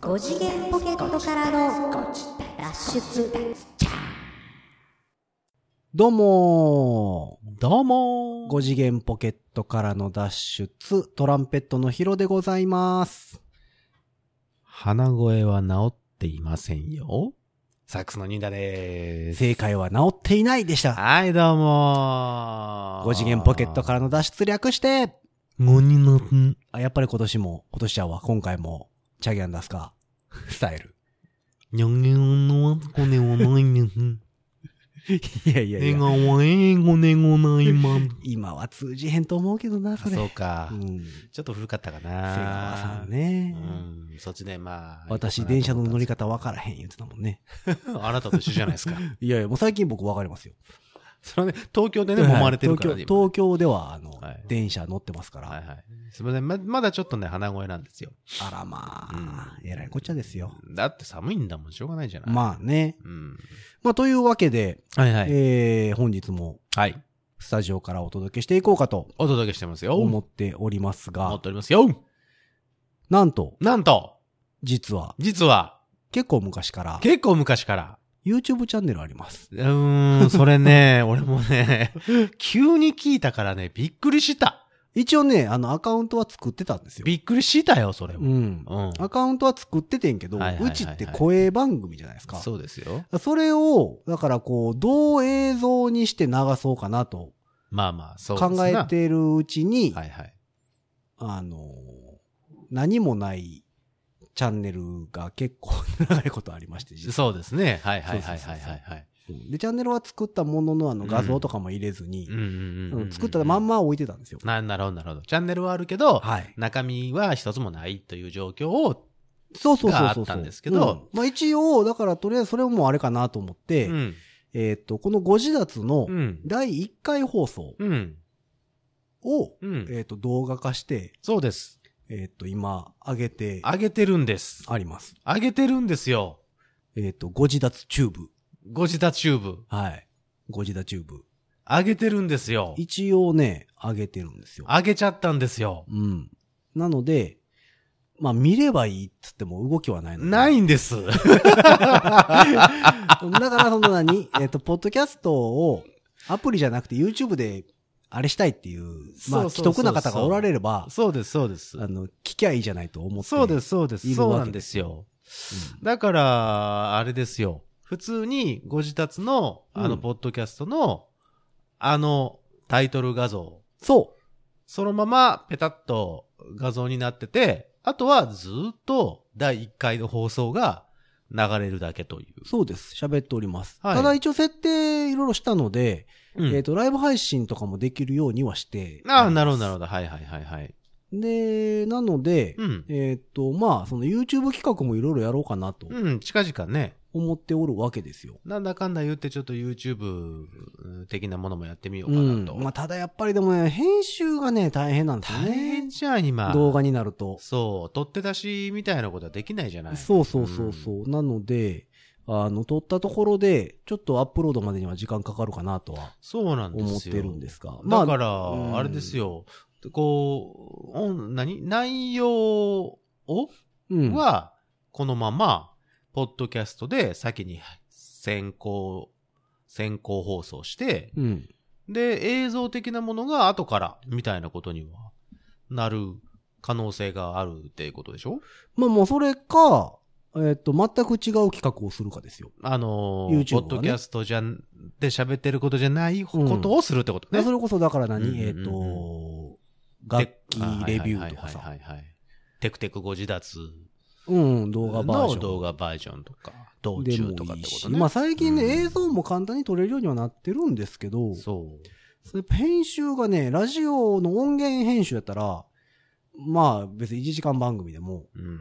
5次元ポケットからの脱出どうもどうもー !5 次元ポケットからの脱出、トランペットのヒロでございます。鼻声は治っていませんよ。サックスのニーダでーす。正解は治っていないでした。はい、どうもー。。5次元ポケットかららの脱出略して、 5人の、んあやっぱり今年も、今年ちゃうわ、今回も、チャギアンダスカ、スタイル。にゃんげんのこねおないねん。いやいやいえがや、わえごねごないまん。今は通じへんと思うけどな、あそれ。そうかう。ん。ちょっと古かったか瀬な。川さん。ねう。ん、そっちでまあ。私、電車の乗り方。方わからへん言ってたもんね。あなたと一緒じゃないですか。いやいや、もう最近僕わかりますよ。それはね、東京でね、揉まれてるからはいね。東京東京では、あの、はい電車乗ってますから。はいはい。すみません。ま、まだちょっとね、鼻声なんですよ。あらまあ、うんえらいこっちゃですよ。だって寒いんだもん、しょうがないじゃない。あ。まあね。うん。まあというわけで、はいはい。えー、本日もはい。スタジオからお届けしていこうかとお届けしてますよ。思思っておりますっが、ておりますよ。なんと、なんと、実は実は、結構昔から結構昔から。 YouTube チャンネルあります。うーん、それね、俺もね、急に聞いたからね、びっくりした。一応ね、あのアカウントは作ってたんですよ。びっくりしたよ、それうも。ん。うん。アカウントは作っててんけど、はいはいはいはいうちって声番組じゃないですか。そうですよ。それを、だからこう、どう映像にして流そうかなとまあまあ、そう考えてるうちに、はいはい。あの、何もないチャンネルが結構長いことありまして、実はそうですね。はいはいはいそうそはういそうはそういはい。で、チャンネルは作ったもののあのうん画像とかも入れずにうん、うんうんううんん。作ったまん。ま置いてたんですよ。な、なるほどなるほど。チャンネルはあるけど、はい。中身は一つもないという状況を、そうそうそうそう。があったんですけどうんまあ一応、だからとりあえずそれもあれかなと思っうて、ん。えーっと、このご自立のうん。第1回放送うん。を、うん。えーっと、動画化して、そうです。えーっと、今、上げて上げてるんです。あります。上げてるんですよ。えーっと、ご自立チューブ。ご自宅チューブ。はい。ご自立チューブ。上げてるんですよ。一応ね、上げてるんですよ。上げちゃったんですよ。うん。なので、まあ見ればいいっつっても動きはないので。ないん です。だからその何 えっと、ポッドキャストをアプリじゃなくて YouTube であれしたいっていう、まあそうそうそうそう既得な方がおられれば、そうです、そうです。あの、聞きゃいいじゃないと思って。そうです、そうでいす。るわけそうなんですよ。だから、あれですよ。普通にご自宅の、あうの、んポッドキャストの、あの、タイトル画像、そ。そのままペタッと画像になってて、あとはずーっと第1回の放送が流れるだけというそうです。喋っております。はいただ一応設定いろいろしたので、う。うんえっと、ライブ配信とかもできるようにはして。ああ、なるほど、なるほほど。はいはいはいはい。ど。で、なので、うん。えっと、まあ、その YouTube 企画もいろいろやろうかなとうん、近々ね。思っておるわけですよ。なんだかんだ言ってちょっと YouTube 的なものもやってみよううかなんと。まあ、ただやっぱりでもね、編集がね、大変なんですよ大変ね。じゃん、今。動画になると。そう、取って出しみたいなことはできないじゃないそうそうそうそう。なので、あの、撮ったところで、ちょっとアップロードまでには時間かかるかなとはそうなんですよ。思ってるんですが。だかうんら、あれですよ。こう、おん何内容を、うん。は、このまま、ポッドキャストで先に先行、先行放送して、うん。で、映像的なものが後から、みたいなことには、なる可能性があるっていうことでしょまあ、もうそれか、えっと、全く違う企画をするかですよ。あの YouTube はーねポッドキャストじゃん、で喋ってることじゃないことをするってことね。それこそ、だから何、うんうんうんえっと、楽器レビューとかはいさは、いはいはいはいはい。テクテクご自立うん、動画バージョのン。動画バージョンとか、道で中もとかっいいてこし、とね。まあ最近ね、うん映像も簡単に撮れるようにはなってるんですけど、そう。それ編集がね、ラジオの音源編集やったら、まあ別に1時間番組でもうん。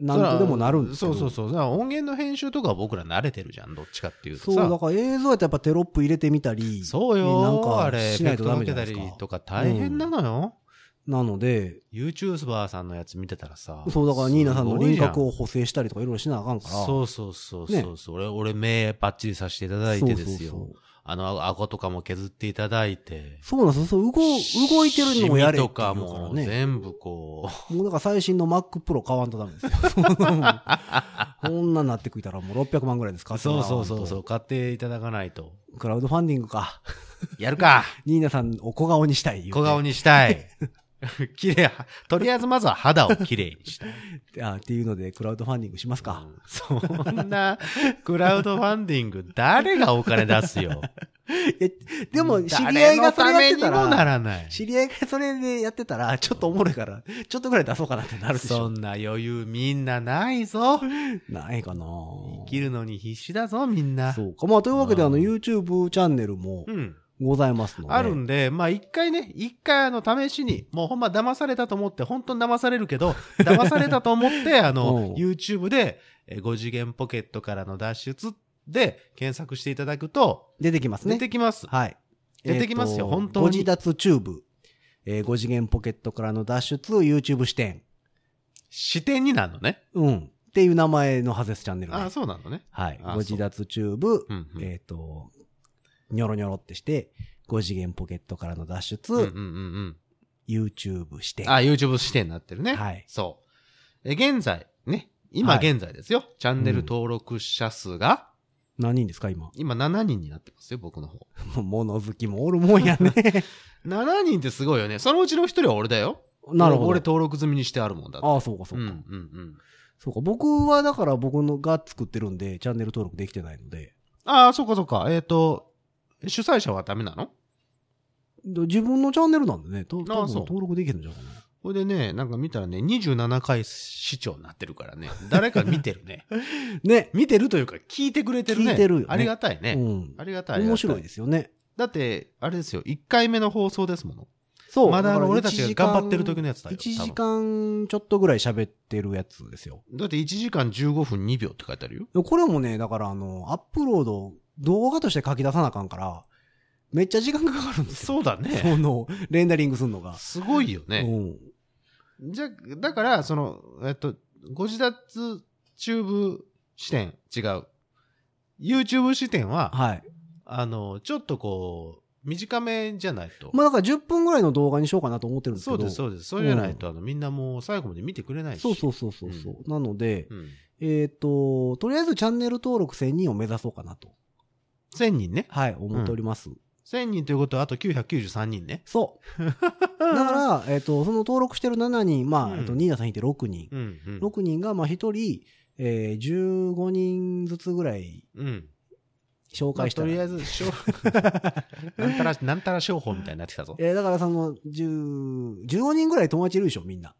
何とでもなるんですけど。そうそうそう。だから音源の編集とかは僕ら慣れてるじゃん、どっちかっていうとさ。そうだから映像やったらやっぱテロップ入れてみたり、そうなんよかあれ、しないエフェクとトダかメじけゃないたですかりとか大変なのよ。なので、 YouTuber さんのやつ見てたらさ。そうだからニーナさんの輪郭をす補正したりとかいろいろしなあかんごいかじら。ゃん。そうそうそうそう、俺、俺目パッチリさせていただいてですよ。そうそうそうあの、顎とかも削っていただいて、そうなんですよ。そう、動、動いてるのをやれシって言ミとかうからもね。全部こう、もうなんか最新の Mac Pro 買わんとダメです よ。そんなもんこんなんなってくいたらもう600万ぐらいですか。そうそうそうそう う、買っていただかないと。クラウドファンディングか。や るかニーナさんを小顔にしたい言うて。小顔にしたい。 綺麗、とりあえずまずは肌を綺麗にしたい。あっていうので、クラウドファンディングしますか。そんな、クラウドファンディング、誰がお金出すよ。え、 でも、知り合いがそれやってた誰のためにもなら、らない。知り合いがそれでやってたら、ちょっとおもろいから、ちょっとぐらい出そうかなってなるでしそょん。な余裕みんなないぞ。ないかな生きるのに必死だぞ、みんな。そうか。まあ、というわけで、うんあの、YouTube チャンネルもうん。ございますので。あるんで、まあ一回ね、一回あの試しに、もうほんま騙されたと思って、本当に騙され るけど、騙されたと思って、あうんの、YouTube で、えー5次元ポケットからの脱出で検索していただくと、出てきますね。出てきます。はい。出てきますよえーと本当にご自立チューブ。えー、5次元ポケットからの脱出 YouTube 視点。視点になるのね。うん。っていう名前のハゼスチャンネルね、ああ、そうなのね。はい。あご自立チューブ、うん、うん。えっ、と、ニョロニョロってして、5次元ポケットからの脱出、うんうんうん YouTube 視う点。ん。あ、YouTube 視点になってるね。はいそう。え、現在、ね。今はい現在ですよ。チャンネル登録者数が、何人ですか、今。 今7人になってますよ、僕の方。物好きもおるもんや ね。 7人ってすごいよね。そのうちの一人は俺だよ。なるほ俺ど。登録済みにしてあるもんだって。ああ、そうか、そううんか。うんうん。そうか。僕は、だから僕のが作ってるんで、チャンネル登録できてないので、ああ、そうかそうか。えっ、と、主催者はダメなのど自分のチャンネルなんでね、と多あ分そう登録できるんじゃないかな。これでね、なんか見たらね、27回視聴になってるからね。誰か見て るね。ね。見てるというか、聞いてくれてるね。聞いてるよねありがたいね。うん。ありがたい。ありがた面白いですよね。だって、あれですよ、1回目の放送ですもの。そう。まだあのから俺たちが頑張ってる時のやつだよ。 1多時分間ちょっとぐらい喋ってるやつですよ。だって1時間15分2秒って書いてあるよ。これもね、だからあの、アップロード、動画として書き出さなあかんから、めっちゃ時間かかるんですよ。そうだそね。の、レンダリングするのが。すごいよね。うん。じゃ、だから、その、えっと、ご自立チューブ視点、違う。YouTube 視点は、はい。あの、ちょっとこう、短めじゃないと。まあだから10分ぐらいの動画にしようかなと思ってるんですけそど。うです、そうです。そうじゃないと、あの、みんなもう最後まで見てくれないし。そうそうそうそうそう。なので、うん。えっ、と、とりあえずチャンネル登録1000人を目指そうかなと。 1000人ね。はい、思っております。 1000人ということは、あと993人ね。 そう。だから、えっ、と、その登録してる7人、まあ、うんえっと、ニーナさん引いて6人。うん、うん。 6人が、まあ、1人、えー、15人ずつぐらいうん。紹まあ介したとら。りあえず、しょ なんたら、なんたら商法みたいになってきたぞ。えーだからその、10 15人ぐらい友達いるでしょ、みんな。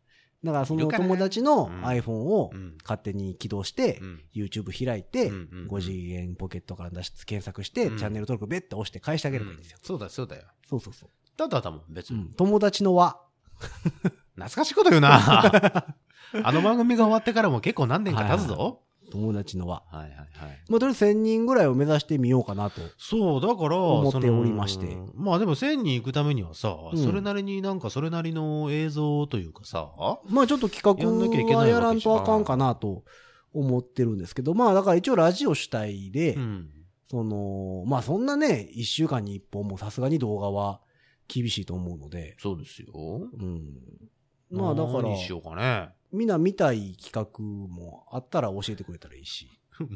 だからそいのるかな友達のうん iPhone をうん。勝手に起動してう、ん。 YouTube 開いて、5っ次元ポケットから脱出検索して、うんチャンネル登録ベッて押して返してあげればいいんですよ。そうだ、そうだよ。そうそうそう。だっただもん、別うに。ん、友達の輪。懐かしいこと言うな あの番組が終わってからも結構何年か経つぞ。友達の輪。はいはいはい。まあ、とりあえず1000人ぐらいを目指してみようかなと。そう、だから、思ってそのおりましてまあでも1000人行くためにはさ、うんそれなりになんかそれなりの映像というかさ、まあちょっと企やんなきゃ画いけないわはけやらんとあかんかなと思ってるんですけど、まあだから一応ラジオ主体で、うん。その、まあそんなね、一週間に一本もさすがに動画は厳しいと思うので、そうですよ。うん。まあだから何、しようかね。 みんな見たい企画もあったら教えてくれたらいいし、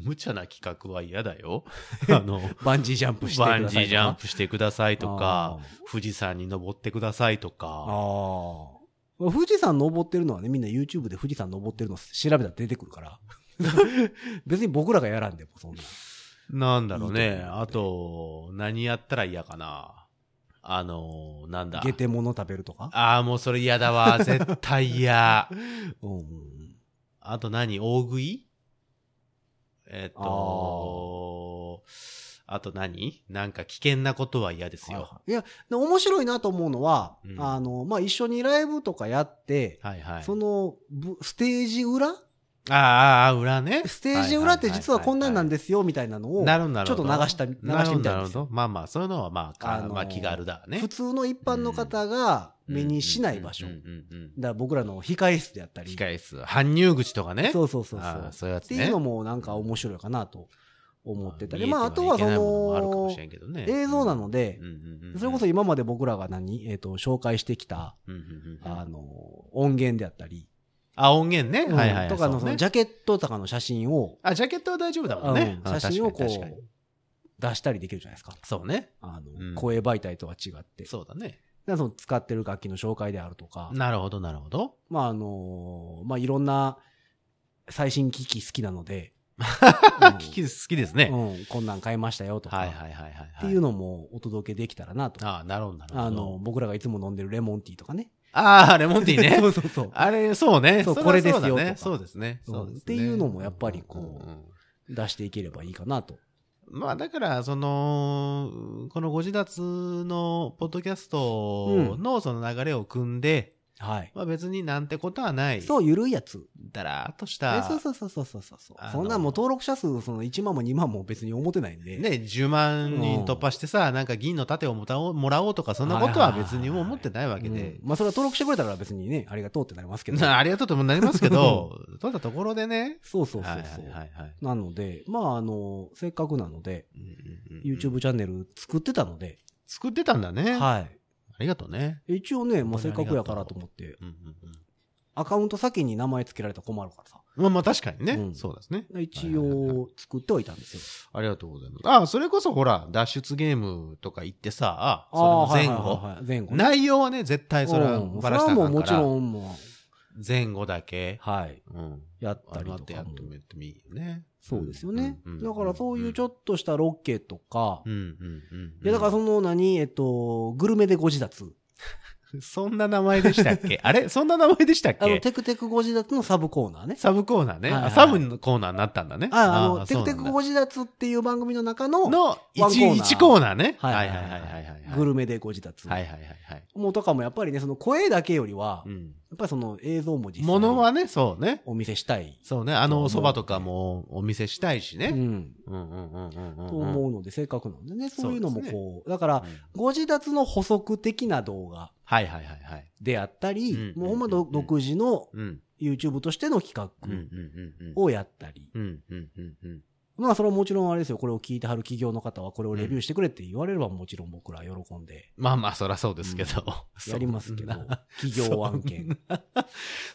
無茶な企画は嫌 だよ。あの、バンジージャンプしてくださバいとンか。ジージャンプしてくださいとかあ、富士山に登ってくださいとー。か、あー富士山登ってるのはね、みんな YouTube で富士山登ってるの調べたら出てくるから。 別に僕らがやらんでも、そんな。なんだろういいね。と思あと、何やったら嫌かな。あの、なんだ。ゲテ物食べるとかああ、もうそれ嫌だわ。 絶対嫌。うんうんあと何大食いえっと、あと何なんか危険なことは嫌ですうん。よ。いや、で面白いなと思うのは、うんあの、まあ、一緒にライブとかやって、はいはい。その、ぶステージ裏ああああ、裏ね。ステージ裏って実はこんなんなんでですよ、みたいなのを、なるほどなるちょほっとど流した、流なしるてほどみたなんでるほすよど。。まあまあ、そういうのはまあ、かあのーまあ気軽だね普。通の一般の方が目にしない場所。うだんかうんうんら僕らの控え室であったうん。り。控え室。搬入口とかね。そううそうそうそああう。そういうやっつてね。いうのもなんか面白いかなと思ってたり、ままあ、ああとはそ見えてはいけないものもあるかものしれんけどね、映像なのでうんうんうん、それこそ今まで僕らが何、えっと紹介してきたうんうんうんうんあの音源であったり、あ、音源ね。はいはい。とかのそそうねのジャケットとかの写真を、あ、ジャケットは大丈夫だもんね。うんあ写真をこ確かに確かにう出したりできるじゃないですか。そうね。あうんの声媒体とは違って。そうだね。だからその使ってる楽器の紹介であるとか、なるほど、なるほど。まああの、まあいろんな最新機器好きなの で、聞き好きですね。うん、こんなん買いましたよとか、はいはいはいはいはい。っていうのもお届けできたらなと。ああ、なるほど、なるほど。あの、僕らがいつも飲んでるレモンティーとかね。ああ、レモンティーね。 そうそうそう。あれ、そうね。そうれはこれですよそうだねとかそうですね。うんそうですねっていうのもやっぱりこうんん出していければいいかなと。まあだから、その、このご自立のポッドキャストのその流れを組んで、はい。まあ別になんてことはない。そう、ゆるいやつ。だらーっとしえた。そうそうそうそうそうそう。あのそんなんもう登録者数、その1万も2万も別に思ってないんで。ね、10万人突破してさ、なんか銀の盾をもたおもらおうとか、そんなことは別にもう思ってないわけうんで。まあそれは登録してくれたから別にね、ありがとうってなりますけど。なありがとうともなります けど、取ったところでね。そうそうそうそう、はいはいはいはい。なので、まああの、せっかくなので、うんうんうん YouTube チャンネル作ってたので、作ってたんだね。あはりがとうね。い。一応ね、もうせっ本当かにありがとうくやからと思って、うんうんうアカウント先に名前つけられたら困るからさ。んまあまあ確かにね。うんそうですね。一はいはいはいは応作ってはいたんですよ。ありがとうございます。ああ、それこそほら、脱出ゲームとか行ってさ、あそれーの前はい後。はいはいはい前後ね。内容はね、絶対それはうんバラしそたらあれはかんもうもかちらろんも前後だけ。う、はい。うん。やっあたりれとってかやっもて。みてもいいよね。そうですよね。うんだからそういうちょっとしたロケとか、うんうんうん。いやだからその何、えっと、グルメでご自立。そんな名前でしたっけ あれそんな名前でしたっあの、けテクテクご自立のサブコーナーね。サブコーナーね。はいはいあサブのコーナーになったんだね。あ、あーの、テクテクご自立っていう番組の中の、そうなんだのワンコーナー1、一コーナーね。はいははいいははいいははいいはいはい。グルルメでご自立。はいはいはいはい。もうとかもやっぱりね、その声だけよりは、うやん。っぱりその映像も実際ものはね、そうね。お見せしたい。そうね。あのお蕎麦とかもお見せしたいしうね。ん。うんうんうんうんうん。と思うので、せっかくなんでね、そういうのもそうですこう、だから、うんご自立の補足的な動画はいはいはいはい。であったり、うんもうほんまうどん独自のうん。 YouTube としての企うんう画んうんうん。をやったり、うんうんうんうん。まあそれはもちろんあれですよ、これを聞いてはる企業の方はこれをレビューしてくれって言われればもちろん僕ら喜んでまあまあ、そらそうですけど。 やりますけどそんな、企業案件。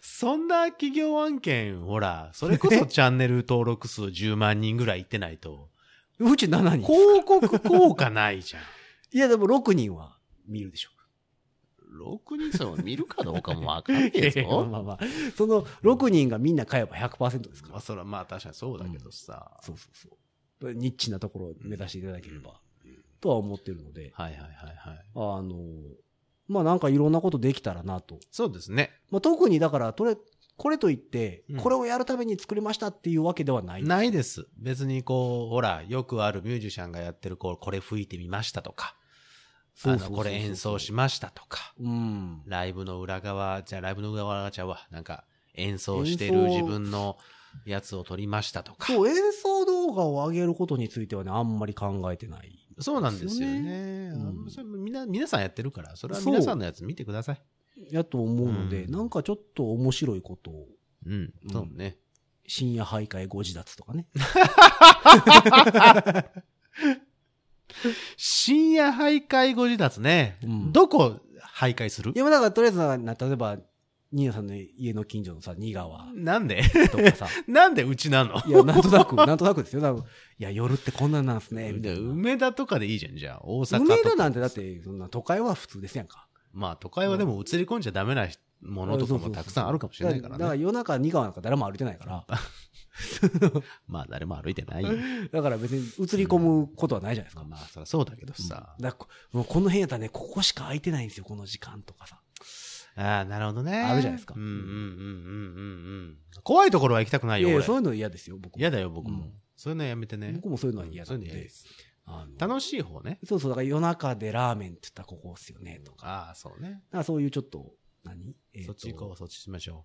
そんな企業案件、ほら、それこそチャンネル登録数10万人ぐらいいってな いと、うち7人。広告効果ないじゃん。 いやでも6人は見るでしょ。 6人さんを見るかどうかもわかん ないいやでいすやまあよ。まあまあ、その6人がみんな買えば100%ですかまらあ、。それはまあ確かにそうだけどさ。そうそうそう。ニッチなところを目指していただければ、とは思ってるので、はいはいはいはい。あの、まあなんかいろんなことできたらなと。そうですね。まあ特にだから、これ、これといってうん、これをやるために作りましたっていうわけではない。ないです。別にこう、ほら、よくあるミュージシャンがやってる、こう、これ吹いてみましたとか、そあうそうの、そうそうこれ演奏しましたとか、うん。ライブの裏側、じゃあライブの裏側ちゃうわ。なんか、演奏してる演奏自分のやつを撮りましたとか。そう、演奏動画を上げることについてはね、あんまり考えてない。そうなんですですよね。よねあのうんそれみんな、皆さんやってるから、それはそう皆さんのやつ見てください。やと思うので、うんなんかちょっと面白いことを、うんう、んそうね。深夜徘徊ご自立とかね。深夜徘徊ご自立ね。うんどこ徘徊するいや、だからとりあえずな、例えば、ニーナさんの家の近所のさ、ニガワなんで とかさ、なんでうちなのいや、なんとなく、なんとなくですよ。多分いや、夜ってこんなんなんすね、みたいな。梅田とかでいいじゃん、じゃあ。大阪とか。梅田なんてだって、そんな都会は普通ですやんか。まあ、都会はでも映り込んじゃダメなものとそかうそうもそうたくさんあるかもしれないだからからね。夜中、ニガワなんか誰も歩いてないから、まあ、誰も歩いてない。だから別に映り込むことはないじゃないですか。まあ、そりゃそうだけどさ。だこもうこの辺やったらね、ここしか空いてないんですよ、この時間とかさ。ああ、なるほどね。あるじゃないですかうんうんうんうんうんうん。怖いところは行きたくないいよ、やいや俺そう。いうの嫌ですよ、僕も。嫌だよ、僕うもん。そういうのやめてね。僕もそういうのは嫌なんでそういうの嫌ですあの楽しい方ね。そうそう、だから夜中でラーメンって言ったらここっすよね、とか。ああ、そうね。だからそういうちょっと、何えーとそっち行こう、そっちしましょ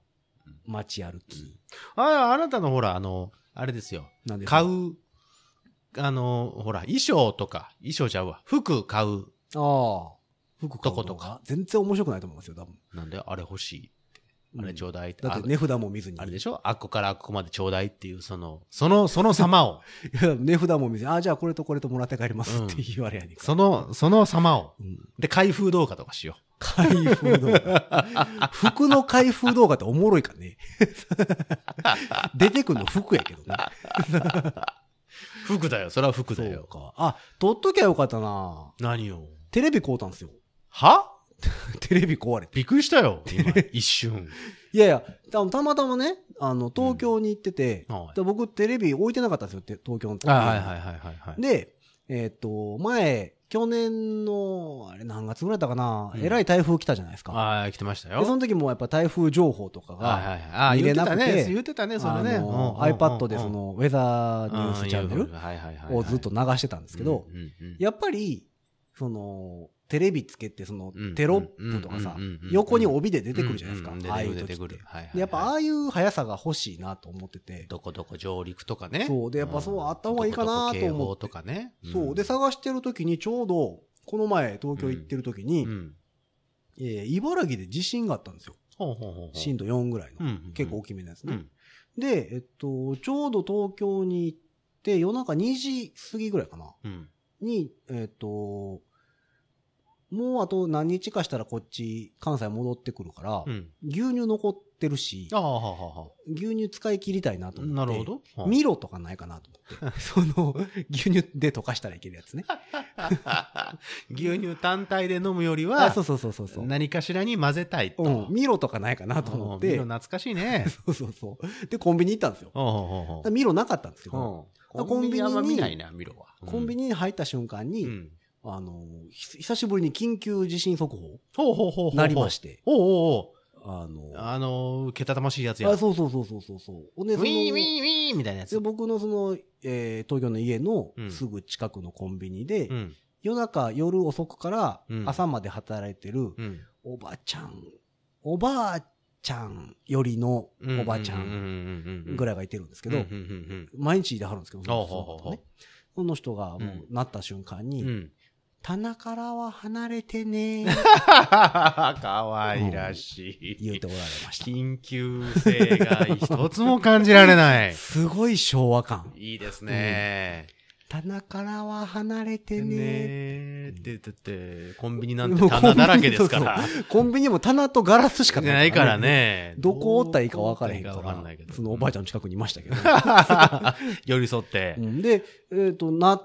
街歩き。う。ああ、あなたのほら、あの、あれですよ。なんですか買う、あの、ほら、衣装とか、衣装ちゃうわ。服買う。ああ。服買うとことか。全然面白くないと思いますよ、多分。なんで、あれ欲しい。うんあれちょうだいって、だって値札も見ずに。ああれでしょあっこからあっこまでちょうだいっていう、その、その、その様を、いや 値札も見ずに、あ、じゃあこれとこれともらって帰りますって言われやねんかその、その様を。ら。うんで、開封動画とかしよ開封動画。服の開封動画っておもろいか ね。出てくんの服やけどな。う。服だよ、それは服そだうよ。か。あ、撮っときゃよかったな何をテレビ買うたんですよ。 はテレビ壊れて。びっくりした よ、今、一瞬。いやいや、たたまたまね、あの、東京に行ってて、うんはいで僕テレビ置いてなかったんですよ、て東京の時あはいはいはいはいはい。で、えーっ、と、前、去年の、あれ何月ぐらいだったかな、うんえらい台風来たじゃないですか。ああ、来てましたよ。で、その時もやっぱ台風情報とかが、はいはいはい。ああ、見言れってなくたてね。言ってたね、そのね。あのうん iPad でそ、のウェザーニュースチャンネルはいはいはいはいをずっと流してたんですけど、うんうんうんやっぱり、その、テレビつけて、そのうん、テロップとかさうんうんうんうん、横に帯で出てくるじゃないですうんうんか。出ああていくうる出時てっくるて。。はいはいはいでやっぱああいう速さが欲しいなと思ってて、どこどこ上陸とかね。そうでやっぱそうあった方がいいかなと思ってどこどこ警報とかね。そう。で、さ、探してる時にちょうど、この前東京行ってる時にう、ん。えー茨城で地震があったんですよ。ほうほうほうほう。震度4ぐらいうんの。うんうん結構大きめのやつうね。ん。で、えっと、ちょうど東京に行って、夜中2時過ぎぐらいかな。うん。に、えっ、と、もうあと何日かしたらこっち、関西戻ってくるから、うん。牛乳残ってるしあ、あ、はあはあは牛乳使い切りたいなあ。と思って。なるほど。はあミロとかないかなと思って。 その、牛乳で溶かしたらいけるやつね。牛乳単体で飲むよりあ、はそう、そうそうそうそう。何かしらに混ぜたいと。うん、ミロとかないかなと思っうんミてロ。懐かし いね。そうそうそう。で、コンビニ行ったんですよ。ほうほうほうほうミロなかったんですけど、うんコンビニにあんま見ないな、ミロは。コンビニニに入った瞬間に、うん。あの、ひ久しぶりに緊急地震速報ほうほうほうほうほう。なりまして、おうおうあおの、うあのー、けたたましいやつや。あ、そうそうそうそうそうそう。ほんでウそィーンウのィーンウィーンみたいなやつ。で僕のその、えー東京の家のうんすぐ近くのコンビニで、うん。夜中夜遅くからうん朝まで働いてるうん。おばちゃん、おばあちゃんよりのおばちゃんんぐららいいがいてるんですけけど、うんうん毎日いてはるんですけど、そのほうほうほう人ねその人がもうなった瞬間うに、んうん。 棚からは離れてねーかわいらし言ういて。おられました。緊急性が一つも感じら れない。すごい昭和感。いいですね。棚からは離れてでねーねって、だって、コンビニなんて棚だらけですから。そうそうコンビニも棚とガラスしかじゃないからね。ね。どこおったらいいか分からへんかどこおったらいらいか分かんないけ、ど。そのおばあちゃゃんの近くにいましたけど。ん。 寄り添ってう。んで、えっ、と、なっ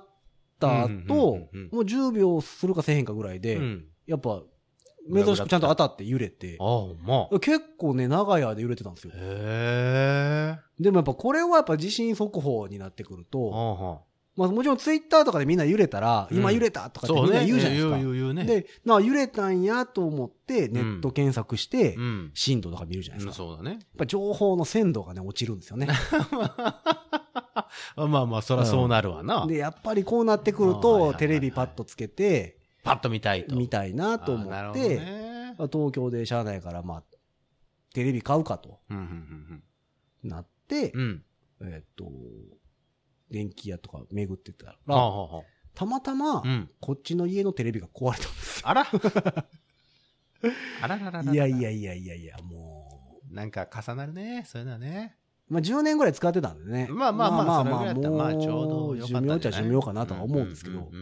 た後、うもんうんうんうんうんう10秒するかせえへんかぐらいで、うん。やっぱ、珍しくちゃんと当たって揺れてああ、、ほんま。結構ね、長い間揺れてたんですよ。へえ。でもやっぱこれはやっぱ地震速報になってくるあと、あはまあもちろんツイッターとかでみんな揺れたら、うん今揺れたとかあってみそうんなね。言うじゃないですか。言う言う言うね。で、なあ揺れたんやと思って、ネット検索して、うん。震度とか見るじゃないですか。そうだね。やっぱ情報の鮮度が ね、落ちるんですよね。まあまあ、そらそうなるわな。で、やっぱりこうなってくるあーはいはいと、はいテレビパッとつけて、パッと見たいと。見たいなあと思なっるほどて、ねまあ東京で車内から、まあ、テレビ買うかとうんうんなってうんう、ん。うん。えーっと、電気屋とか巡ってたはあら、はあはたまたまあ。う、ん。こっちの家のテレビが壊れたんです。 あらあららららら。いやい。やいやいやいや、もなんか重なるね。そういうのはね。う、まあ10年ぐらい使ってたんでね。まあまあまあそれぐらいやったらまあちょうもどうよかっ寿たんじ命ゃないっちゃ寿命かなとは思うんですけうどんう、んう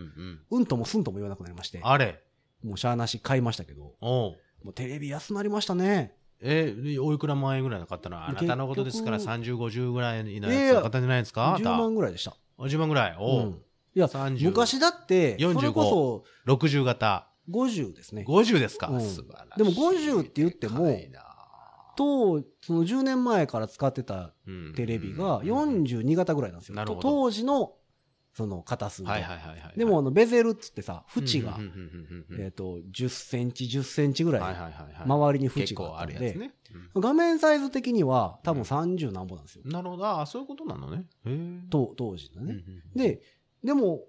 んうんともすんとも言わなくなりまして、あれもうしゃあなし買いましたけど、おう。もうテレビ安なりましたね。え、おいくら万円ぐらいの買ったのあなたのことですから結30、50ぐらいのいやいややつ買ったんじゃないですかあ10な万ぐらいでした。た。10万ぐらい。う。おうんいや、 30昔だって、 45それこ60型。そ50ですね。 50ですかうん素晴らしい。でも50って言ってもでかいなと、その10年前から使ってたうんテレビがうん42型ぐらいなんですよ。なるほどと当時の、その型数がはいはいはいはい。でも、あの、ベゼルっつってさ、縁がうん、うんうんうんうんえっと、10センチ、10センチぐはいらはいはいい、はい。周りに縁結が構ああったるんでやつ、ね。画面サイズ的には多分うん30何本なんですよう。んなるほど。ああ、そういうことなのね。へえ。と、当時のうんうね。んうん、で、でも、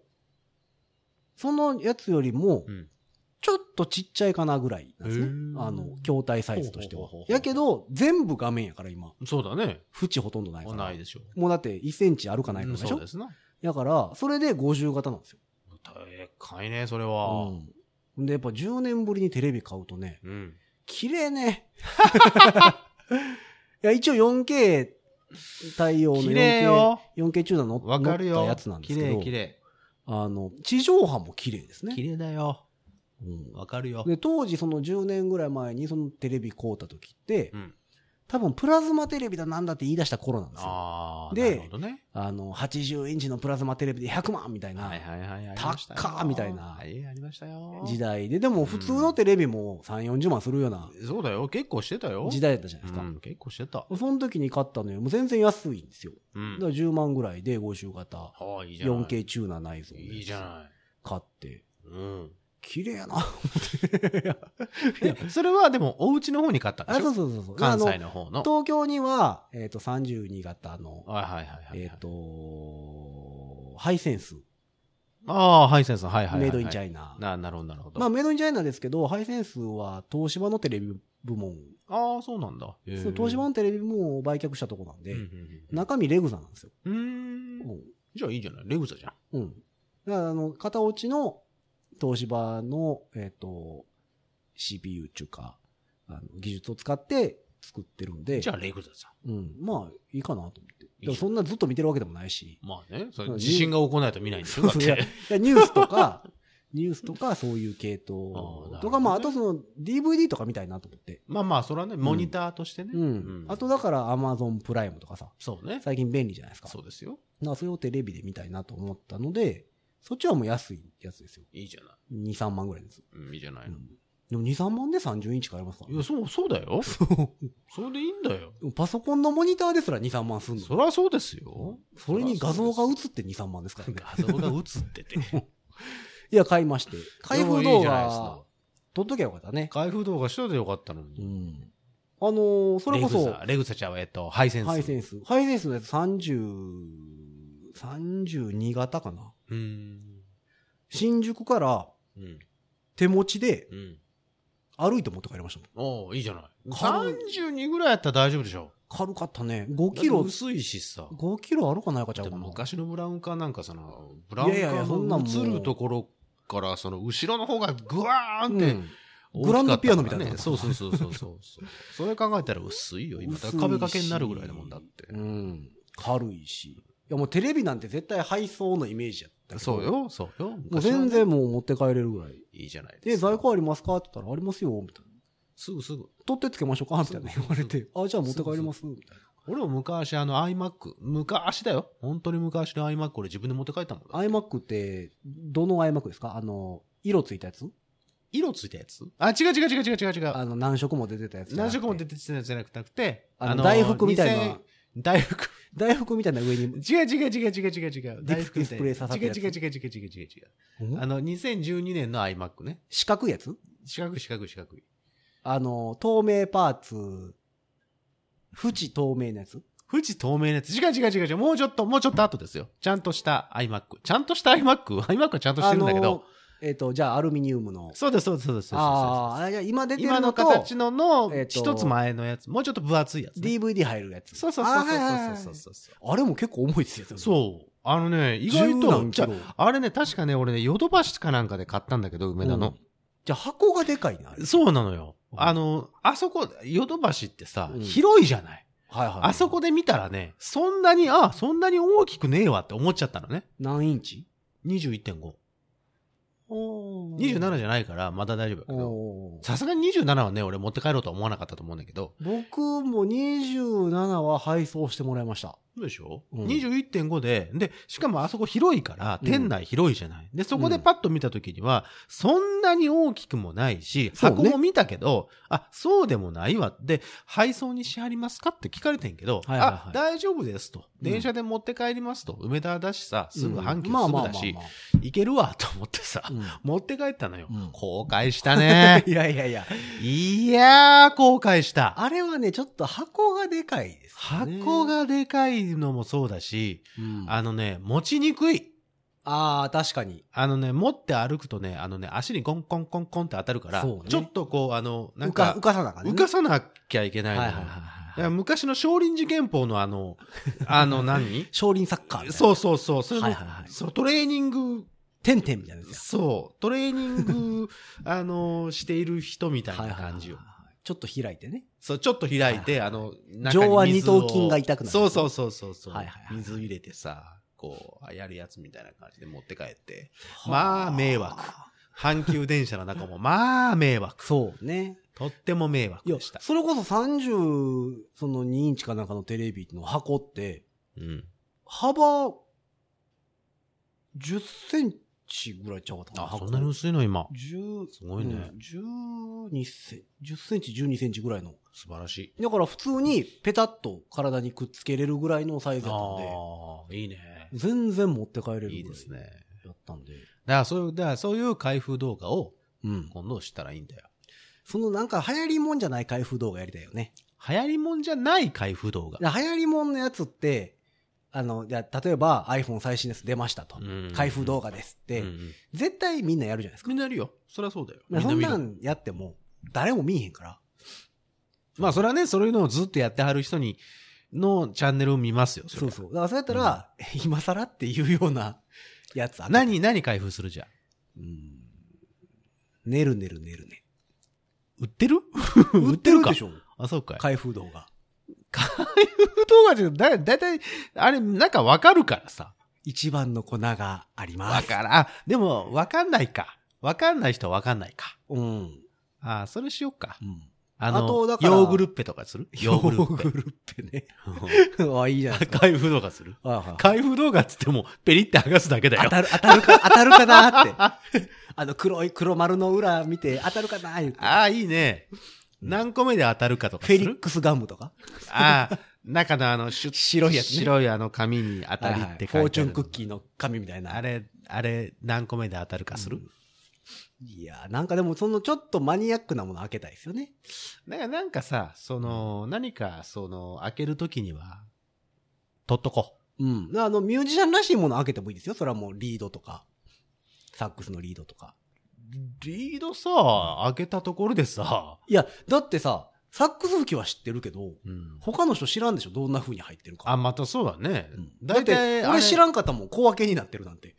そのやつよりもうん、ちょっとちっちゃいかなぐらいなんですへねー。あの、筐体サイズとしてはほうほうほうほ。うやけど、全部画面やから今。そうだね。縁ほとんどないから。ないでしょう。もうだって1センチあるかないかうでんしそょうですな。だから、それで50型なんですよ。でかいね、それは。 うん。で、やっぱ10年ぶりにテレビ買うとね、うん。綺麗ね。や、一応 4K 対応の綺麗よ 4K、4K 中断のわかる乗っよ。たやつなんですけど、綺麗あの、地上波も綺麗です綺麗。綺ね。麗だよ。うんわかるよ。で、当時その10年ぐらい前にそのテレビ買うた時ってう、ん。多分プラズマテレビだなんだって言い出した頃なんですよ。ああ、なでるほどね。あの、80インチのプラズマテレビで100万みたいなはいはいはい。たありっかーましたよみたいなはい、ありましたよ。時代で、でも普通のテレビも3、40万するようなそうだよ。結構してたよ。時代だったじゃないですか。うん、結構してた。その時に買ったのよ。もう全然安いんですよ。うだんから。10万ぐらいで5周型、はあ、いいじゃない。 4K チューナー内蔵いいじゃん。な買って。い。うん。綺麗やな。え、それはでも、お家の方に買ったんであ、しそうょそうそうそう。関西あの方の。東京には、えっ、と、32型の、はいはいはいはい。えっ、と、ハイセンス、ああ、ハイセンス、はいはいはいはい。メイドインチイャイナ。な、なるほど、なるほど。まあ、メイドインチャイナですけど、ハイセンスは東芝のテレビ部門、ああ、そうなんだ。へーその東芝のテレビ部門を売却したとこなんで、うんうんうん中身レグザなんですよ。うーん。じゃあいいじゃない。レグザじゃん。うん。うん。だから、あの、片落ちの東芝の、えっ、と、CPU っていうか、あの技術を使って作ってるんで、じゃあレグザさうん。まあ、いいかなと思って。いでもそんなずっと見てるわけでもないし、ん。まあね、それうん地震が起こらないと見ないんでしょそうだっそうて。いやニュースとか、 ニュースとか、そういう系あーなるほど統ねとか、まあ、あとその DVD とか見たいなと思って。まあまあ、それはね、モニターとしてね。うん。あとだから、Amazon プライムとかさ、そうね。最近便利じゃないですか。そうですよ。なんかそれをテレビで見たいなと思ったので、そっちはもう安いやつですよ。いいじゃない。 2、3万ぐらいです。うん、いいじゃなういの。んでも2、3万で30インチ買えますからいね、や、そう、そうだよ。それでいいんだよ。パソコンのモニターですら2、3万すんの。そりゃそうですよ。それに画像が映って2、3万ですからね。画像が映ってて。いや、買いまして。 開封でもいい動じゃないです画か、撮っときゃよかったね。開封動画しといてよかったのうに。ん。あのーそれこレグそザ、、レグザちゃうわ、えっと、ハイセンス。ハイセンス。ハイセンスのやつ30、32型かな。うん。新宿からうん。手持ちでうん。歩いて持って帰りましたもん。おーいいじゃない。軽い32ぐらいやったら大丈夫でしょ。軽かったね。5キロ、薄いしさ。 5キロあるかないかちゃうでかもな。昔のブラウン管なんかその、ブラウンいやいやいやそ管んなのんもう映るところから、その後ろの方がグワーンって、うんグランドピアノみたいなね。そうそうそうそうそう。 それ考えたら薄いよ、今。だから壁掛けになるぐらいだもんだってう。ん。軽いし。いやもうテレビなんて絶対配送のイメージやったけどそう。よ、そうよ。もう昔はね全。然もう持って帰れるぐらい。いいじゃないでで、すか。在庫ありますかって言ったら、ありますよ、みたいな。すぐすぐ。取ってつけましょうかみたいな言われて、あ、じゃあ持って帰りますみたい俺も昔あの iMac、昔だよ。本当に昔の iMac 俺自分で持って帰ったもんだ。な。iMac って、どの iMac ですかあの、色ついたやつ色ついたやつあ、違う違う違う違う違う違う。あの、何色も出てたやつじゃな何くて。色も出てきたやつじゃなくて、あの、大福みたい。 2000な、大福大福みたいな上に、違う違う違う違う違う違う。ディスプディスプレイ刺さってるやつ違う違う違う違う違う違う違う。あの、2012年の iMac ね。四角いやつ四角い四角い四角い。あの、透明パーツ、縁透明なやつ富士透明なやつ。違う違う違う違う。もうちょっと、もうちょっと後ですよ。ちゃんとした iMac。ちゃんとした iMac。iMac はちゃんとしてるんだけあのど。えっ、と、じゃあアルミニウムの。そうです、そうです、そうです。そあうですあ、あれじゃあ今出て今るののと、形ののえっ、と一つ前のやつ。もうちょっと分厚いやつね。 DVD 入るやつ。そうそうあそうーはいはいはいそうそうそうそう。あれも結構重いですよ。でもそう。あのね、意十外と、何キじゃロああれね、確かね、俺ね、ヨドバシかなんかで買ったんだけど、梅田の。うんじゃあ箱がでかいな。あれそうなのよ。うんあの、あそこ、ヨドバシってさ、うん広いじゃない。はいはい。あそこで見たらね、そんなに、あ、そんなに大きくねえわって思っちゃったのね。何インチ21.5。おー27じゃないから、まだ大丈夫だけど。おーさすがに27はね、俺持って帰ろうとは思わなかったと思うんだけど。僕も27は配送してもらいました。そうでしょ、うん ?21.5 で、で、しかもあそこ広いから、うん店内広いじゃない。で、そこでうんパッと見た時には、そんなに大きくもないし、そうね箱も見たけど、あ、そうでもないわ。で、配送にしはりますかって聞かれてんけど、はいはいはいあ、大丈夫ですと。うん電車で持って帰りますと。梅田だしさ、すぐ阪急うんまあすまぐあだしまあ、いけるわと思ってさ、まあうん持って帰ったのよ。うん。後悔したね いやいやいや。いやー、後悔した。あれはね、ちょっと箱がでかいです、ね。箱、がでかいのもそうだし、うん、ああのね、持ちにくい。あー、確かに。あのね、持って歩くとね、あのね、足にコンコンコンコンって当たるから、そうねちょっとこう、あの、な浮んかか、浮かさなあかんね浮かさなきゃいけないのはいよ。はいはいだかはいらはい。昔の少林寺拳法のあの、あ の何少林サッカーみたいな。。そううそうそう、それの、はいはいはいそのトレーニングてんてんみたいなやつや そう。トレーニング、あの、している人みたいな感じはいよ。はいはいはいちょっと開いてね。そう、ちょっと開いて、あの、中上腕に二水を頭筋が痛くなるそうそうそうそうそう。はいはいはい水入れてさ、こう、やるやつみたいな感じで持って帰って。まあ迷惑阪急電車の中も、まあ、迷惑。そうね。とっても迷惑いやでした、。それこそ30、その2インチかなんかのテレビの箱って、うん。幅、10センチぐらいちゃうかったあ、そんなに薄いの、今。 10すごいねうん12センチ、10センチ、12センチぐらいの。素晴らしい。だから普通にペタッと体にくっつけれるぐらいのサイズだったんで、ああ、いいね。全然持って帰れるぐらいいいですね。だったんで。だから、そういう、だからそういう開封動画をうん。今度したらいいんだよ。そのなんか流行りもんじゃない開封動画やりたいよね。流行りもんじゃない開封動画流。行りもんのやつって、あの、じゃあ例えば iPhone 最新です出ましたと。うん開封動画ですって、うんうん絶対みんなやるじゃないですか。みんなやるよ。そりゃそうだよ。みそんんなな見るんやっても、誰も見えへんから。まあ、それはね、そういうのをずっとやってはる人に、のチャンネルを見ますよ。それそうはそう。だからそうやったら、今更っていうようなやつある、何、何開封するじゃうん。ん。寝る寝る寝るね。売って る売 売ってるかでしょあ、そうかい。開封動画。封動画って、だ、だいたい、あれ、なんかわかるからさ。一番の粉がありま わす。からん。あでも、わかんないか。わかんない人はわかんないか。うん。うん。ああ、それしようか。あの、あとだからヨーグルッペとかするヨーグルッペ。 ヨーグルッペね。 あ、いいじゃないですか。開封動画するはいはい開封動画っつっても、ペリって剥がすだけだ当よ。たる、当たるか、当 たるかなって。あの、黒い、黒丸の裏見て、当たるかな言うてああ、いいね。何個目で当たるかとかフェするリックスガムとかああ、中のあの、シュッ白いやつね白いあの紙に当たりはいはっいてフ書ォいーてチあュる。ンクッキーの紙みたいな。あれ、あれ、何個目で当たるかする、いやー、なんかでも、そのちょっとマニアックなもの開けたいですよね。なんかなんかさ、その、何か、その、開けるときには、取っとこうん。あの、ミュージシャンらしいもの開けてもいいですよ。それはもうリードとか、サックスのリードとか。う。リードさ、開けたところでさ、いや、だってさ、サックス吹きは知ってるけど、うん。他の人知らんでしょどんな風に入ってるか。あ、またそうだねうん。だっ大体、て、あれ俺知らんかったもん、小分けになってるなんて。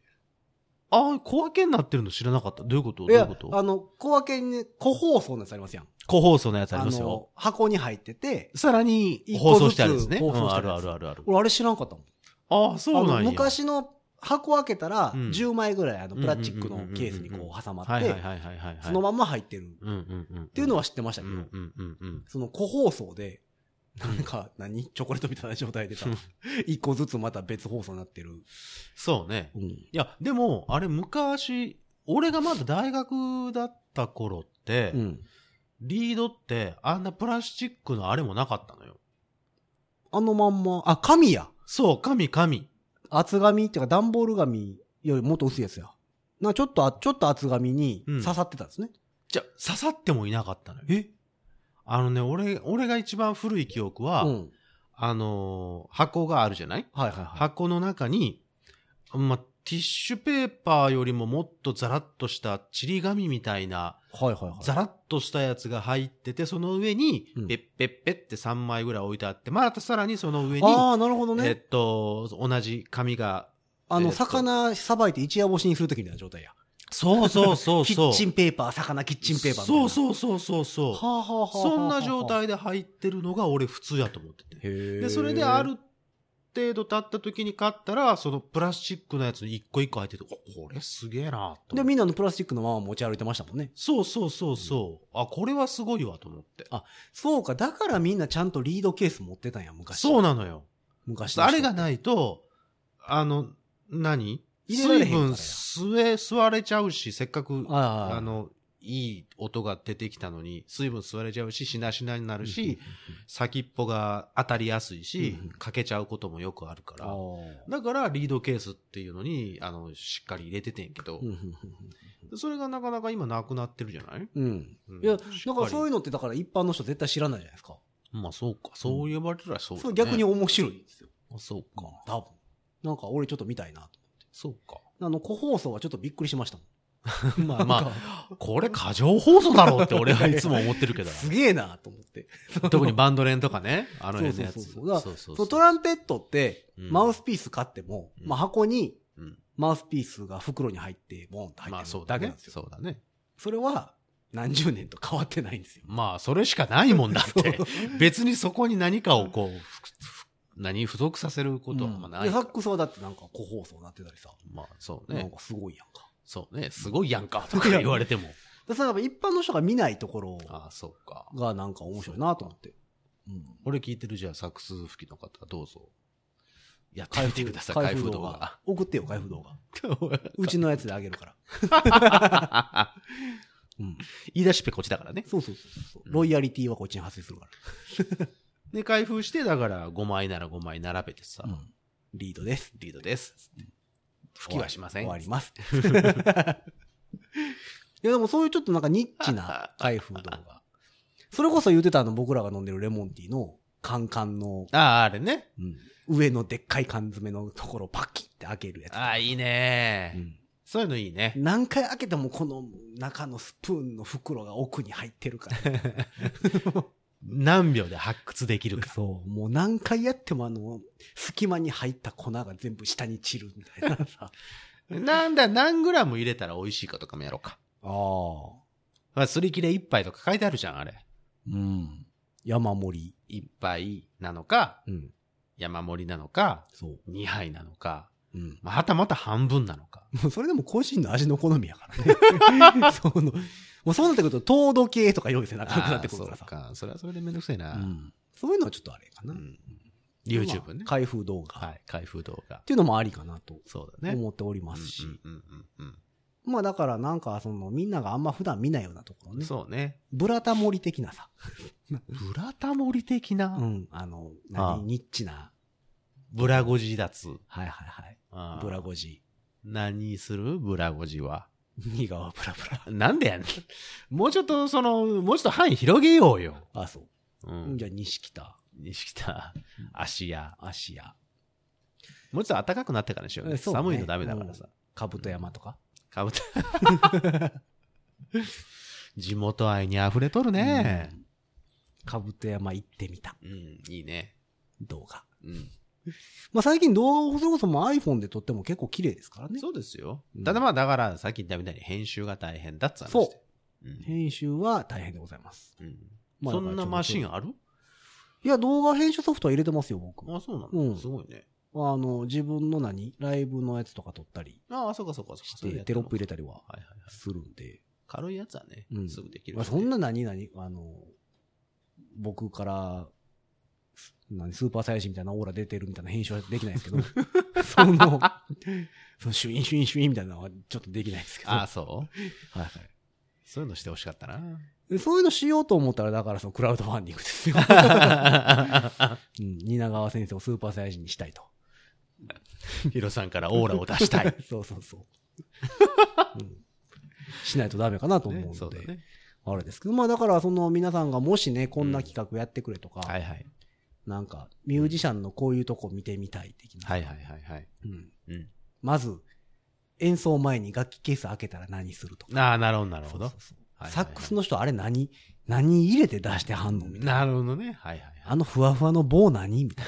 あ、小分けになってるの知らなかった。どういうこといどういうやこ、とあの、小分けにね、個包装のやつありますやん。個包装のやつあありますよ。の、箱に入ってて、さらに一、個ず包つ装してあるんですね。包装してああるるやあつるあるある。俺あれ知らんかったもん。ああ、そうなあんのや。昔の箱開けたら、うん10枚ぐらいあのプラスチックのケースにこう挟まはっいはいて、はいはいはいはい。そのまんま入ってるっうんうんうん。っていうのは、は知ってましたうけど、んうんうんうん。その個包装で、なんか何、 チョコレートみたいな状態でさうん、一個ずつまた別包装になってる。そうね。いや、でも、あれ昔、俺がまだ大学だった頃って、うんリードってあんなプラスチックのあれもなかったのよ。あのまんま、あ、紙や。そう、紙紙。厚紙っていうか段ボール紙よりもっと薄いやつや。な、ちょっとあ、ちょっと厚紙にうん刺さってたんですね。じゃ、刺さってもいなかったのよ。えあのね、俺、俺が一番古い記憶うは、ん。あのー箱があるじゃないはいはいはい。箱の中に、まあ、ティッシュペーパーよりももっとザラッとしたちり紙みたいな、はいはいはい。ザラッとしたやつが入ってて、その上にうん、ペッペッペッって3枚ぐらい置いてあって、またさらにその上に、ああ、なるほどえね。っと、同じ紙が、あえの、っと魚さばいて一夜干しにするときみたいな状態や。そうそうそうそう。キ ッチンペーパー、魚キッチンペーパーみたいそな。うそうそうそうそう。はあはあはあはあはあ。そんな状態で入ってるのが俺普通やと思ってて。へー。で、それである程度経った時に買ったら、そのプラスチックのやつに一個一個入ってて、おこれすげえなとで、思って。みんなのプラスチックのまま持ち歩いてましたもんね。そうそうそうそう。あ、これはすごいわと思って。そうか、だからみんなちゃんとリードケース持ってたんや、昔。そうなのよ。昔の人あれがないと、あの、何入れられへ水んから分や吸え、吸われちゃうし、せっかく、あああああの、いい音が出てきたのに、水分吸われちゃうし、しなしなになるし、先っぽが当たりやすいしうんうん、欠けちゃうこともよくあるかああら。だから、リードケースっていうのに、あの、しっかり入れててんけどうん、うんうんそれがなかなか今なくなってるじゃないうんうん。うんいや、だしっかりからそういうのって、だから一般の人絶対知らないじゃないですか。まあそうか。そう呼ばれたらそうだそねれ逆に。面白いんですよ。あそう多か。分。なんか俺ちょっと見たいなと。そうか。あの、個包装はちょっとびっくりしましたもん。 まあまあ、これ過剰放送だろうって 俺はいつも思ってるけど。すげえなと思って。特にバンド連とかね。あの辺のやつ。そうそうそうそうそそうトランペットって、うんマウスピース買っても、うんまあ箱にうんマウスピースが袋に入って、ボンと入まあってそるうだだけなねん。ですよ。そうだね。それは、何十年と変わってないんですよ。まあ、それしかないもんだって。 別にそこに何かをこう、ふふ何、付属させることはあんまなでい。ファックスはだってなんか個包装になってたりさ、まあ、そうなんね。かすごいやんか。そうね。す ごいやんか、とか言われても。だからやっぱ一般の人が見ないところああ、そうか。がなんか面白いなと思って。うん。俺聞いてるじゃあ、サックス吹きの方、どうぞ。やってみてください、開封動画。。送ってよ、開 封動画。ううちちのやつであげるから。うん。 言い出しっぺこっちだからね。そうそうそうそう。ロイヤリティはこっちに発生するから。で、開封して、だから5枚なら5枚並べてさ、うんリードです。リードです。つって吹きはしません。終わります。 いやでもそういうちょっとなんかニッチ な開封動画。それこそ言ってたあの僕らが飲んでるレモンティーのカンカンの、ああ、あれね。上のでっかい缶詰のところをパキって開けるやつ。ああ、いいうんね。そういうのいいね。何回開けてもこの中のスプーンの袋が奥に入ってるから。 何秒で発掘できるか。そう。もう何回やってもあの、隙間に入った粉が全部下に散るみたいなさ。あ なんだ、何グラム入れたら美味しいかとかもやろうか。あ。まあ、すり切れ1杯とか書いてあるじゃん、あれ。うん。山盛り。 1杯なのか、うん。山盛りなのか、そう。 2杯なのか、うん。まあはたまた半分なのか。もうそれでも個人の味の好みやから ね。その、もうそうなってくると糖度計とか用意せなあかんくなってくるからさあ。ーそうか。それはそれでめんどくせえな。うん。そういうのはちょっとあれかうな。ん YouTube ねまあ。開封動画。はっい。開封動画。ていうのもありかなとそうだね。思っておりまますすし。うんうんうんまあだからなんかそのみんながあんま普段見ないようなところうん。ね。そうね。ブラタモリ的なさ。ブラタモリ的な、うん。あの、ああ何ニッチな。ブラゴジ脱。はいはいはい。あーブラゴジ。何するブラゴジは。右側ブラブラ。なんでやねん。 もうちょっと、その、もうちょっと範囲広げようよ。あ、そうう。ん。じゃあ西北、西北、芦屋。芦屋、もうちょっと暖かくなってからにしよう,、えねそうね寒いのダメだからさ。兜山とか。かぶった。地元愛に溢れとるねう。ん。兜山行ってみたうん、いいね。動画。うん。まあ最近動画、それこそもう iPhone で撮っても結構綺麗ですからね。そうですよ。うんただまあ、だから、さっき言ったみたいに編集が大変だっつ話。そううん。編集は大変でございます。うんまあそんなマシンだからあるちょっといや、動画編集ソフトは入れてますよ、僕。あ、そうなの、うんすごいね。あの、自分の何ライブのやつとか撮ったりああ、そうかそうかそうか。しそういうて、やつテロップ入れたりははいはいはい。するんで。軽いやつはね、うんすぐできる、まあ、そんな何々、あの、僕から、す何、スーパーサイヤ人みたいなオーラ出てるみたいな編集はできないですけ ど、その、そのシュインシュインシュインみたいなのはちょっとできないですけど、ああ、そうはいはいそういうのしてほしかった な。でそういうのしようと思ったら、だからそのクラウドファンディングですよ。うん、蜷川先生をスーパーサイヤ人にしたいと。ヒロさんからオーラを出した い。 そうそうそう。うんしないとダメかなと思うのねそうで、だね。あれですけど、まあだからその皆さんがもしね、こんな企画やってくれとか、はいはい。なんかミュージシャンのこういうとこ見てみたい的な。はいはいはいはい。うんうん。まず、演奏前に楽器ケース開けたら何するとか。ああ、なるほどなるほそどう。そうそうはいはいはいサックスの人あれ何、何入れて出してはんのみたいな。なるほどね。はいはいはい。あのふわふわの棒何みたい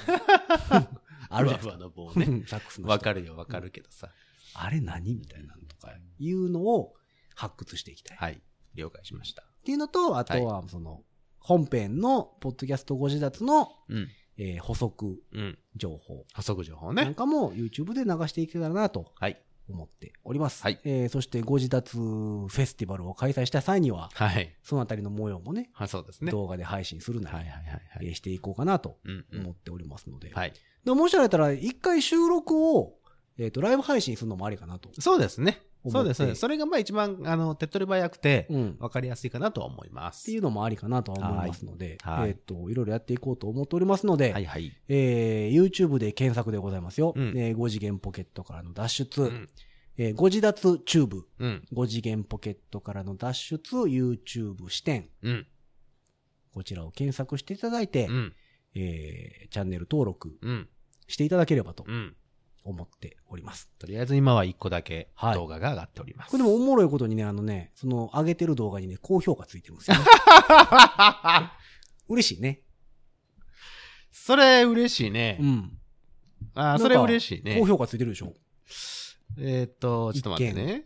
な。 あるじゃないふでわふわ の棒すかね。。サックスの人。わかるよ、わかるけどさ。あれ何みたいなのとか、いうのを発掘していきたい。はい。了解しました。っていうのと、あとは、その、本編の、ポッドキャストご自立の、うん。えー補足うん。情報補足情報なんね。かも YouTube で流していけたらなとはい。思っております。はいえーそして、ご自立フェスティバルを開催した際には、はい。そのあたりの模様もね、はい、そうですね。動画で配信するなり、はいはいはいはえい。ーしていこうかなとうんう思っん。ておりますので。はい。でももしあれたら、一回収録を、えっ、と、ライブ配信するのもありかなと。そうですね。思ってそうです。そうですそれがまあ一番、あの、手っ取り早くて、うん。わかりやすいかなとは思いまっす。ていうのもありかなとは思いますので、はいはいえっ、と、いろいろやっていこうと思っておりますので、はいはい。えー YouTube で検索でございますよ。うんえ5次元ポケットからの脱出、うん。えー5次脱チューブ、うん。 5次元ポケットからの脱出 YouTube 視点、うん。こちらを検索していただいて、うん。えーチャンネル登録うん。していただければとうん。思っております。とりあえず今は一個だけはい動画が上がっております。これで もおもろいことにね、あのね、その上げてる動画にね、高評価ついてるん ですよ、ね。嬉しいね。それ嬉しいねう。ん。あなんあ、かそれ嬉しいね高。評価ついてるでしょえーっと、ちょっと待ってね。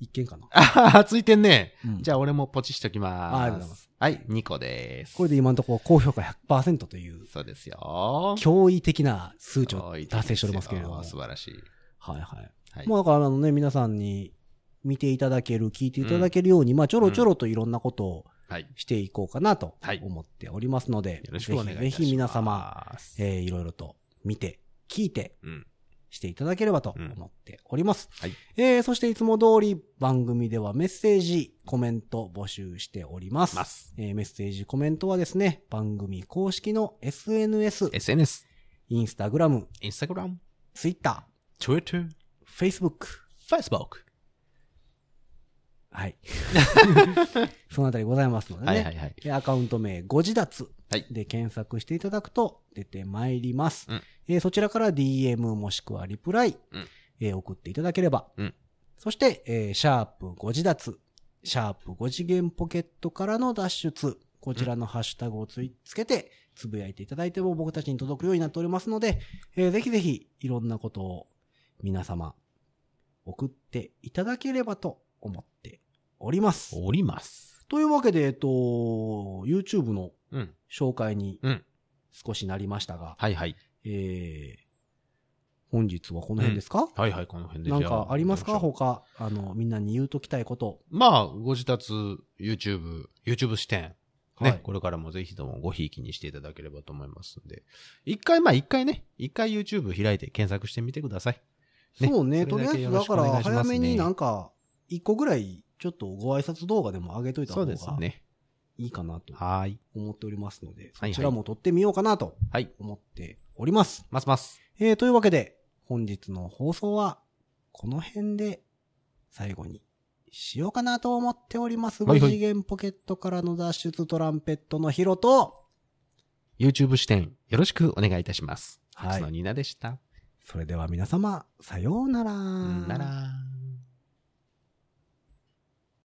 一件かな。ああ、ついてんね。うんじゃあ俺もポチしときます。あありがとうございますはい、2個です。これで今のところ高評価100%というそうですよ。驚異的な数値多をいですよ達成しておりますけれども。素晴らしい。はいはい。はい。まあだからあのね、皆さんに見ていただける、聞いていただけるように、まあちょろちょろといろんなことをはい。していこうかなとはい思っておりますので、よろしくお願いいたしまぜす。ひぜひ皆様、。えーいろいろと見て、聞いて、うん。していただければとうん思っております。はいえーそしていつも通り番組ではメッセージ、コメント募集しております。ます。えーメッセージ、コメントはですね、番組公式の SNS、 SNS、インスタグラム、 Instagram、ツイッタ Twitter、ー、フェイスブック、 Facebook。 はい。そのあたりございますのでね。はいはいはい。でアカウント名、ご自立はいで検索していただくと出てまいります。うんえーそちらから DM もしくはリプライ、うんえー送っていただければ。うんそして、えーシャープご自立、シャープ5次元ポケットからの脱出、こちらのハッシュタグをついつけて、つぶやいていただいても僕たちに届くようになっておりますので、えーぜひぜひいろんなことを皆様送っていただければと思っております。おります。というわけで、えっと、YouTube のうん。紹介にうん少しなりましたが、はいはい。えー、本日はこの辺ですか、はいはい、この辺で。なんじゃかありますかどうしよう他、あの、みんなに言うときたいこと。まあ、ご自宅、YouTube、YouTube 視点。ね、はいこれからもぜひともごひいきにしていただければと思いますんで。一回、まあ一回ね、一回 YouTube 開いて検索してみてください。ねそうね、とそれりあだえず、けよだろしくかお願いしらますね早めになんか、一個ぐらい、ちょっとご挨拶動画でも上げといたそ方うがですね。いいかなとはーい。思っておりますので、はいはいそちらも撮ってみようかなとはい。思っております。ますます。えー、というわけで、本日の放送は、この辺で、最後に、しようかなと思っております。はいはい5次元ポケットからの脱出トランペットのヒロと、 YouTube 視点、よろしくお願いいたします。はいはい。のニーナでした。それでは皆様、さようなら。なら。